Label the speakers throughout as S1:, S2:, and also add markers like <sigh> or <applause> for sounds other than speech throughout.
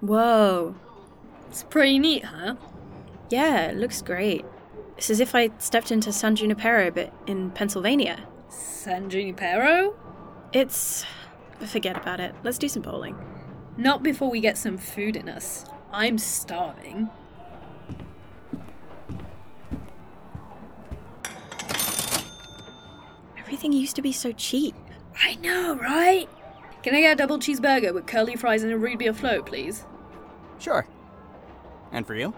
S1: Whoa.
S2: It's pretty neat, huh?
S1: Yeah, it looks great. It's as if I stepped into San Junipero, but in Pennsylvania.
S2: San Junipero?
S1: It's. Forget about it. Let's do some bowling.
S2: Not before we get some food in us. I'm starving.
S1: Everything used to be so cheap.
S2: I know, right? Can I get a double cheeseburger with curly fries and a root beer float, please?
S3: Sure. And for you?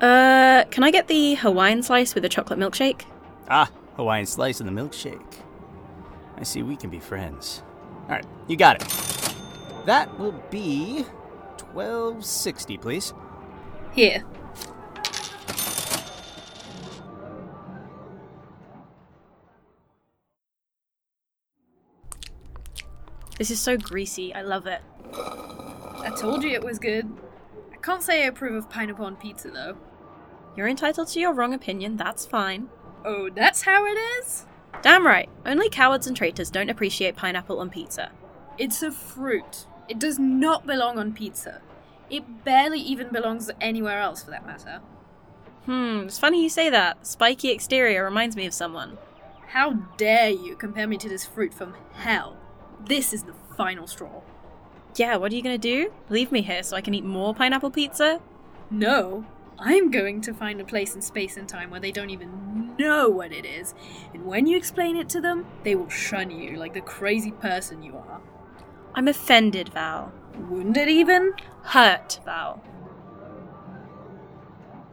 S1: Uh, can I get the Hawaiian slice with a chocolate milkshake?
S3: Ah, Hawaiian slice and the milkshake. I see we can be friends. All right, you got it. That will be 1260, please.
S2: Here.
S1: This is so greasy. I love it.
S2: I told you it was good. I can't say I approve of pineapple on pizza, though.
S1: You're entitled to your wrong opinion. That's fine.
S2: Oh, that's how it is?
S1: Damn right. Only cowards and traitors don't appreciate pineapple on pizza.
S2: It's a fruit. It does not belong on pizza. It barely even belongs anywhere else, for that matter.
S1: Hmm, it's funny you say that. Spiky exterior reminds me of someone.
S2: How dare you compare me to this fruit from hell? This is the final straw.
S1: Yeah, what are you gonna do? Leave me here so I can eat more pineapple pizza?
S2: No, I'm going to find a place in space and time where they don't even know what it is, and when you explain it to them, they will shun you like the crazy person you are.
S1: I'm offended, Val.
S2: Wounded even?
S1: Hurt, Val.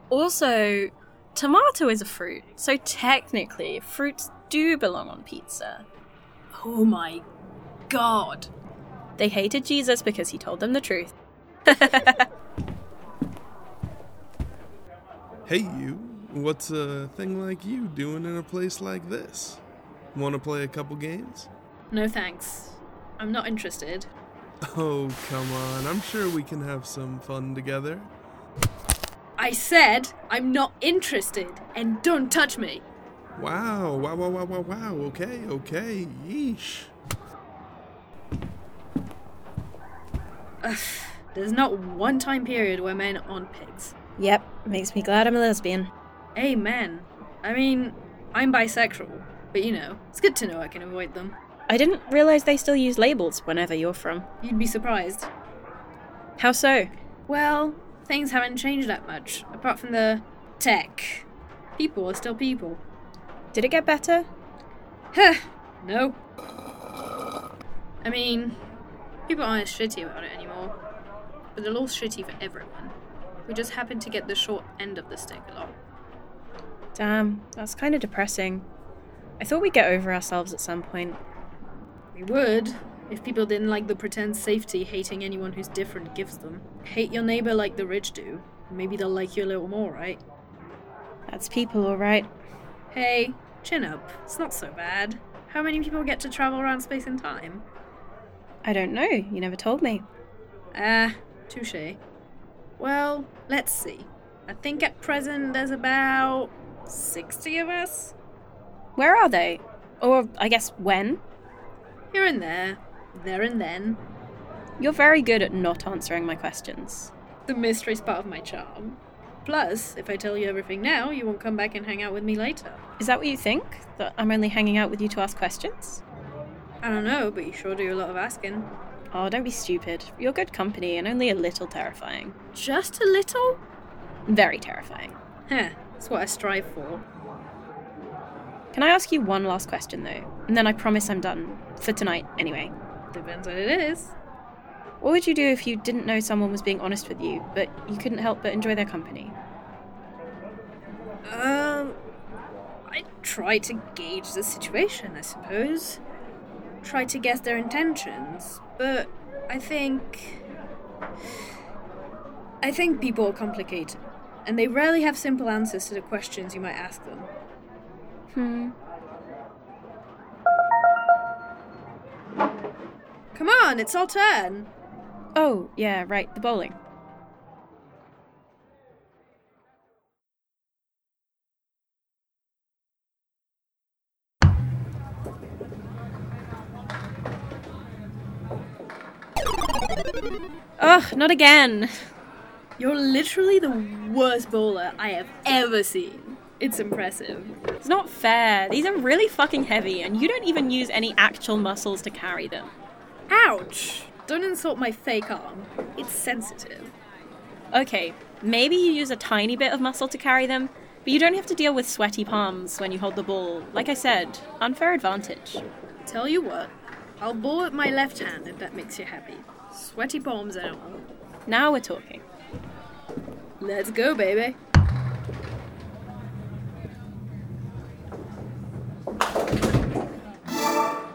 S1: Also, tomato is a fruit, so technically, fruits do belong on pizza.
S2: Oh my god.
S1: They hated Jesus because he told them the truth.
S4: Hey, you. What's a thing like you doing in a place like this? Want to play a couple games? <laughs>
S2: No thanks. I'm not interested.
S4: Oh, come on. I'm sure we can have some fun together.
S2: I said I'm not interested, and don't touch me.
S4: Wow, wow, wow, wow, wow, wow. Okay, okay. Yeesh.
S2: Ugh, there's not one time period where men aren't pigs.
S1: Yep, makes me glad I'm a lesbian.
S2: Amen. I mean, I'm bisexual, but you know, it's good to know I can avoid them.
S1: I didn't realize they still use labels whenever you're from.
S2: You'd be surprised.
S1: How so?
S2: Well, things haven't changed that much, apart from the tech. People are still people.
S1: Did it get better?
S2: Huh, no. I mean, people aren't as shitty about it anymore, but the law's shitty for everyone. We just happen to get the short end of the stick a lot.
S1: Damn, that's kind of depressing. I thought we'd get over ourselves at some point.
S2: We would, if people didn't like the pretend safety hating anyone who's different gives them. Hate your neighbor like the rich do. Maybe they'll like you a little more, right?
S1: That's people, alright.
S2: Hey, chin up. It's not so bad. How many people get to travel around space and time?
S1: I don't know, you never told me.
S2: Ah, touche. Well, let's see. I think at present there's about 60 of us.
S1: Where are they? Or, I guess, when?
S2: Here and there, there and then.
S1: You're very good at not answering my questions.
S2: The mystery's part of my charm. Plus, if I tell you everything now, you won't come back and hang out with me later.
S1: Is that what you think? That I'm only hanging out with you to ask questions?
S2: I don't know, but you sure do a lot of asking.
S1: Oh, don't be stupid. You're good company and only a little terrifying.
S2: Just a little?
S1: Very terrifying.
S2: Huh, that's what I strive for.
S1: Can I ask you one last question, though? And then I promise I'm done. For tonight, anyway.
S2: Depends what it is.
S1: What would you do if you didn't know someone was being honest with you, but you couldn't help but enjoy their company?
S2: Um, I try to gauge the situation, I suppose. Try to guess their intentions, but I think. I think people are complicated, and they rarely have simple answers to the questions you might ask them.
S1: Hmm.
S2: Come on, it's our turn!
S1: Oh, yeah, right, the bowling. Ugh, not again.
S2: You're literally the worst bowler I have ever seen. It's impressive.
S1: It's not fair. These are really fucking heavy, and you don't even use any actual muscles to carry them.
S2: Ouch! Don't insult my fake arm. It's sensitive.
S1: Okay, maybe you use a tiny bit of muscle to carry them, but you don't have to deal with sweaty palms when you hold the ball. Like I said, unfair advantage.
S2: Tell you what, I'll bowl at my left hand if that makes you happy. Sweaty palms and all.
S1: Now we're talking.
S2: Let's go, baby.
S1: Are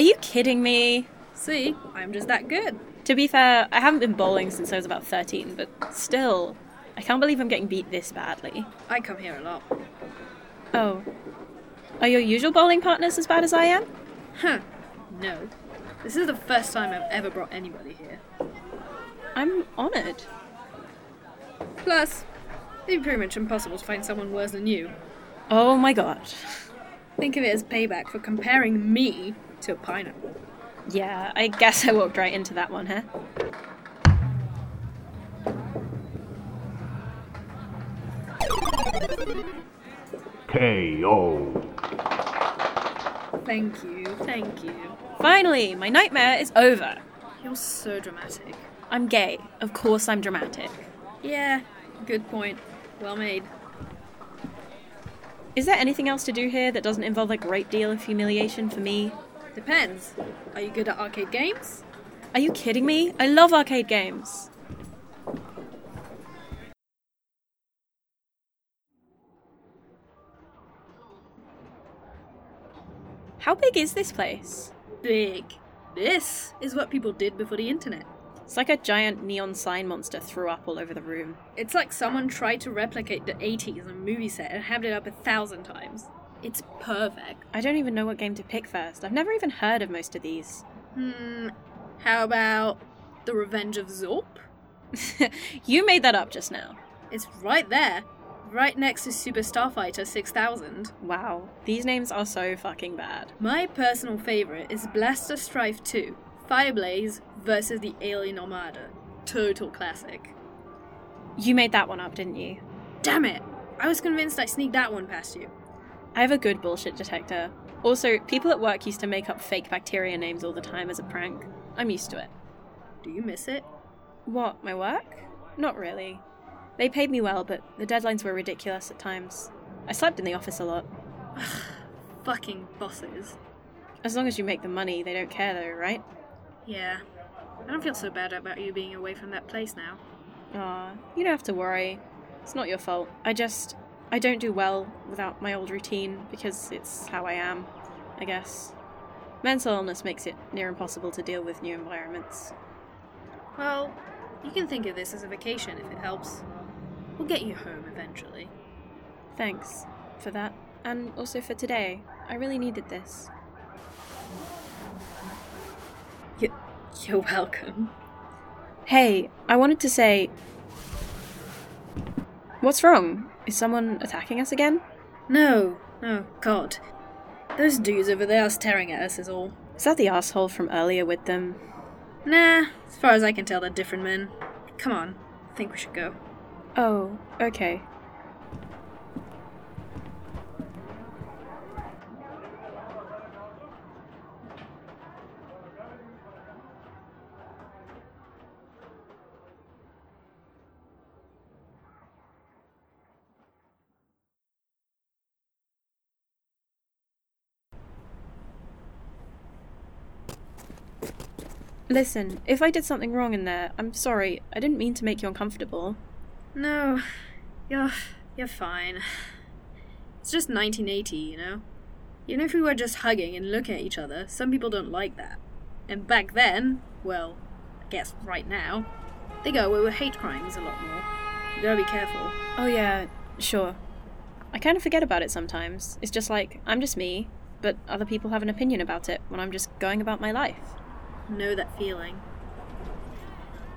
S1: you kidding me?
S2: See, I'm just that good.
S1: To be fair, I haven't been bowling since I was about 13, but still, I can't believe I'm getting beat this badly.
S2: I come here a lot.
S1: Oh. Are your usual bowling partners as bad as I am?
S2: Huh. No. This is the first time I've ever brought anybody here.
S1: I'm honoured.
S2: Plus, it'd be pretty much impossible to find someone worse than you.
S1: Oh my god.
S2: Think of it as payback for comparing me to a pineapple.
S1: Yeah, I guess I walked right into that one, huh?
S5: KO.
S2: Thank you, thank you.
S1: Finally, my nightmare is over.
S2: You're so dramatic.
S1: I'm gay. Of course I'm dramatic.
S2: Yeah, good point. Well made.
S1: Is there anything else to do here that doesn't involve a great deal of humiliation for me?
S2: Depends. Are you good at arcade games?
S1: Are you kidding me? I love arcade games. How big is this place?
S2: Big. This is what people did before the internet.
S1: It's like a giant neon sign monster threw up all over the room.
S2: It's like someone tried to replicate the 80s on a movie set and hammed it up a thousand times. It's perfect.
S1: I don't even know what game to pick first. I've never even heard of most of these. <laughs>
S2: Hmm. How about The Revenge of Zorp?
S1: you made that up just now.
S2: It's right there, right next to Super Starfighter 6000.
S1: Wow, these names are so fucking bad.
S2: My personal favorite is Blaster Strife 2, Fireblaze versus the Alien Armada. Total classic.
S1: You made that one up, didn't you?
S2: Damn it! I was convinced I sneaked that one past you.
S1: I have a good bullshit detector. Also, people at work used to make up fake bacteria names all the time as a prank. I'm used to it.
S2: Do you miss it?
S1: What, my work? Not really. They paid me well, but the deadlines were ridiculous at times. I slept in the office a lot.
S2: Fucking bosses.
S1: As long as you make the money, they don't care though, right?
S2: Yeah. I don't feel so bad about you being away from that place now.
S1: Aw, you don't have to worry. It's not your fault. I just. I don't do well without my old routine because it's how I am, I guess. Mental illness makes it near impossible to deal with new environments.
S2: Well, you can think of this as a vacation if it helps. We'll get you home eventually.
S1: Thanks for that, and also for today. I really needed this.
S2: You- you're welcome.
S1: Hey, I wanted to say. What's wrong? Is someone attacking us again?
S2: No, no, God. Those dudes over there are staring at us, is all.
S1: Is that the asshole from earlier with them?
S2: Nah, as far as I can tell, they're different men. Come on, I think we should go.
S1: Oh, okay. Listen, if I did something wrong in there, I'm sorry. I didn't mean to make you uncomfortable.
S2: No, you're you're fine. It's just 1980, you know. You know, if we were just hugging and looking at each other, some people don't like that. And back then, well, I guess right now, they go away with hate crimes a lot more. You gotta be careful.
S1: Oh, yeah, sure. I kind of forget about it sometimes. It's just like, I'm just me, but other people have an opinion about it when I'm just going about my life.
S2: Know that feeling.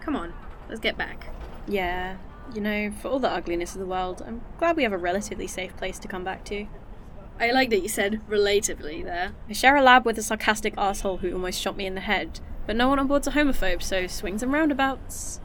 S2: Come on, let's get back.
S1: Yeah, you know, for all the ugliness of the world, I'm glad we have a relatively safe place to come back to.
S2: I like that you said relatively there.
S1: I share a lab with a sarcastic asshole who almost shot me in the head, But no one on board's a homophobe, so swings and roundabouts.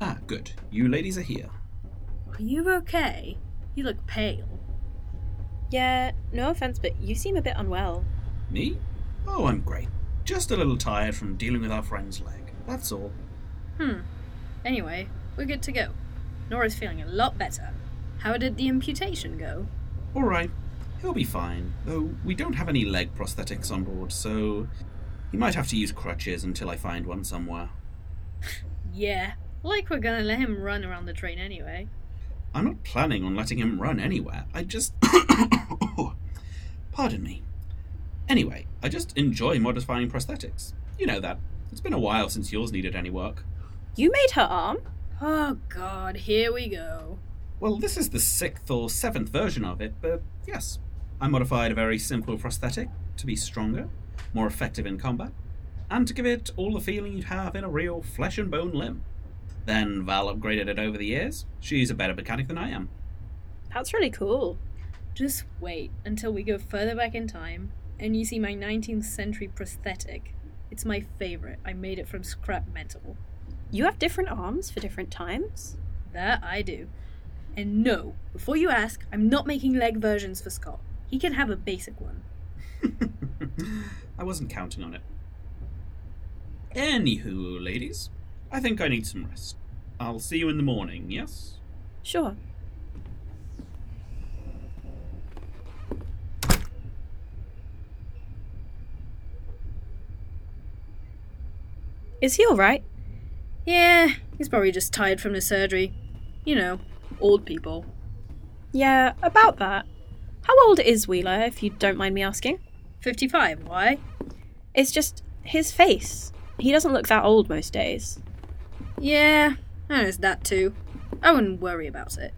S5: Ah, good. You ladies are here.
S2: Are you okay? You look pale.
S1: Yeah, no offense, but you seem a bit unwell.
S5: Me? Oh, I'm great. Just a little tired from dealing with our friend's leg. That's all.
S2: Hmm. Anyway, we're good to go. Nora's feeling a lot better. How did the imputation go?
S5: All right. He'll be fine, though we don't have any leg prosthetics on board, so he might have to use crutches until I find one somewhere.
S2: Yeah, like we're gonna let him run around the train anyway.
S5: I'm not planning on letting him run anywhere. I just. <coughs> Pardon me. Anyway, I just enjoy modifying prosthetics. You know that. It's been a while since yours needed any work.
S1: You made her arm?
S2: Oh god, here we go.
S5: Well, this is the sixth or seventh version of it, but yes. I modified a very simple prosthetic to be stronger, more effective in combat, and to give it all the feeling you'd have in a real flesh and bone limb. Then Val upgraded it over the years. She's a better mechanic than I am. <laughs>
S1: That's really cool.
S2: Just wait until we go further back in time and you see my 19th century prosthetic. It's my favorite. I made it from scrap metal.
S1: You have different arms for different times?
S2: That I do. And no, before you ask, I'm not making leg versions for Scott. He can have a basic one.
S5: I wasn't counting on it. Anywho, ladies, I think I need some rest. I'll see you in the morning, yes?
S1: Sure. Is he alright?
S2: Yeah, he's probably just tired from the surgery. You know, old people.
S1: Yeah, about that. How old is Wheeler, if you don't mind me asking?
S2: 55, why?
S1: It's just his face. He doesn't look that old most days.
S2: Yeah, there's that too. I wouldn't worry about it.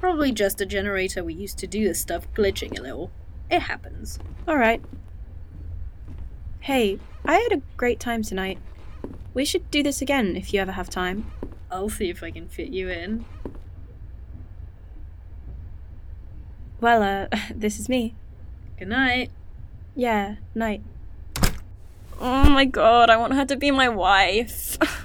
S2: Probably just a generator we used to do this stuff glitching a little. It happens.
S1: Alright. Hey, I had a great time tonight. We should do this again if you ever have time.
S2: I'll see if I can fit you in.
S1: Well, uh, <laughs> this is me.
S2: Good night.
S1: Yeah, night. Oh my god, I want her to be my wife. <laughs>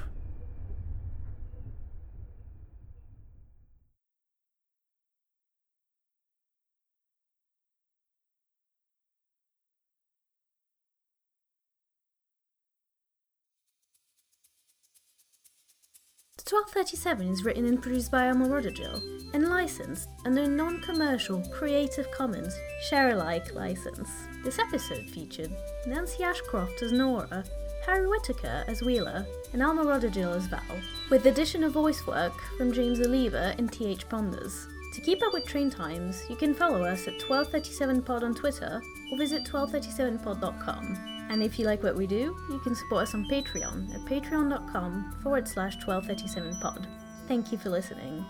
S6: The 1237 is written and produced by Alma Jill and licensed under a non commercial Creative Commons share alike license. This episode featured Nancy Ashcroft as Nora, Harry Whitaker as Wheeler, and Alma Jill as Val, with the addition of voice work from James Oliva and TH Ponders. To keep up with train times, you can follow us at 1237pod on Twitter or visit 1237pod.com. And if you like what we do, you can support us on Patreon at patreon.com forward slash 1237pod. Thank you for listening.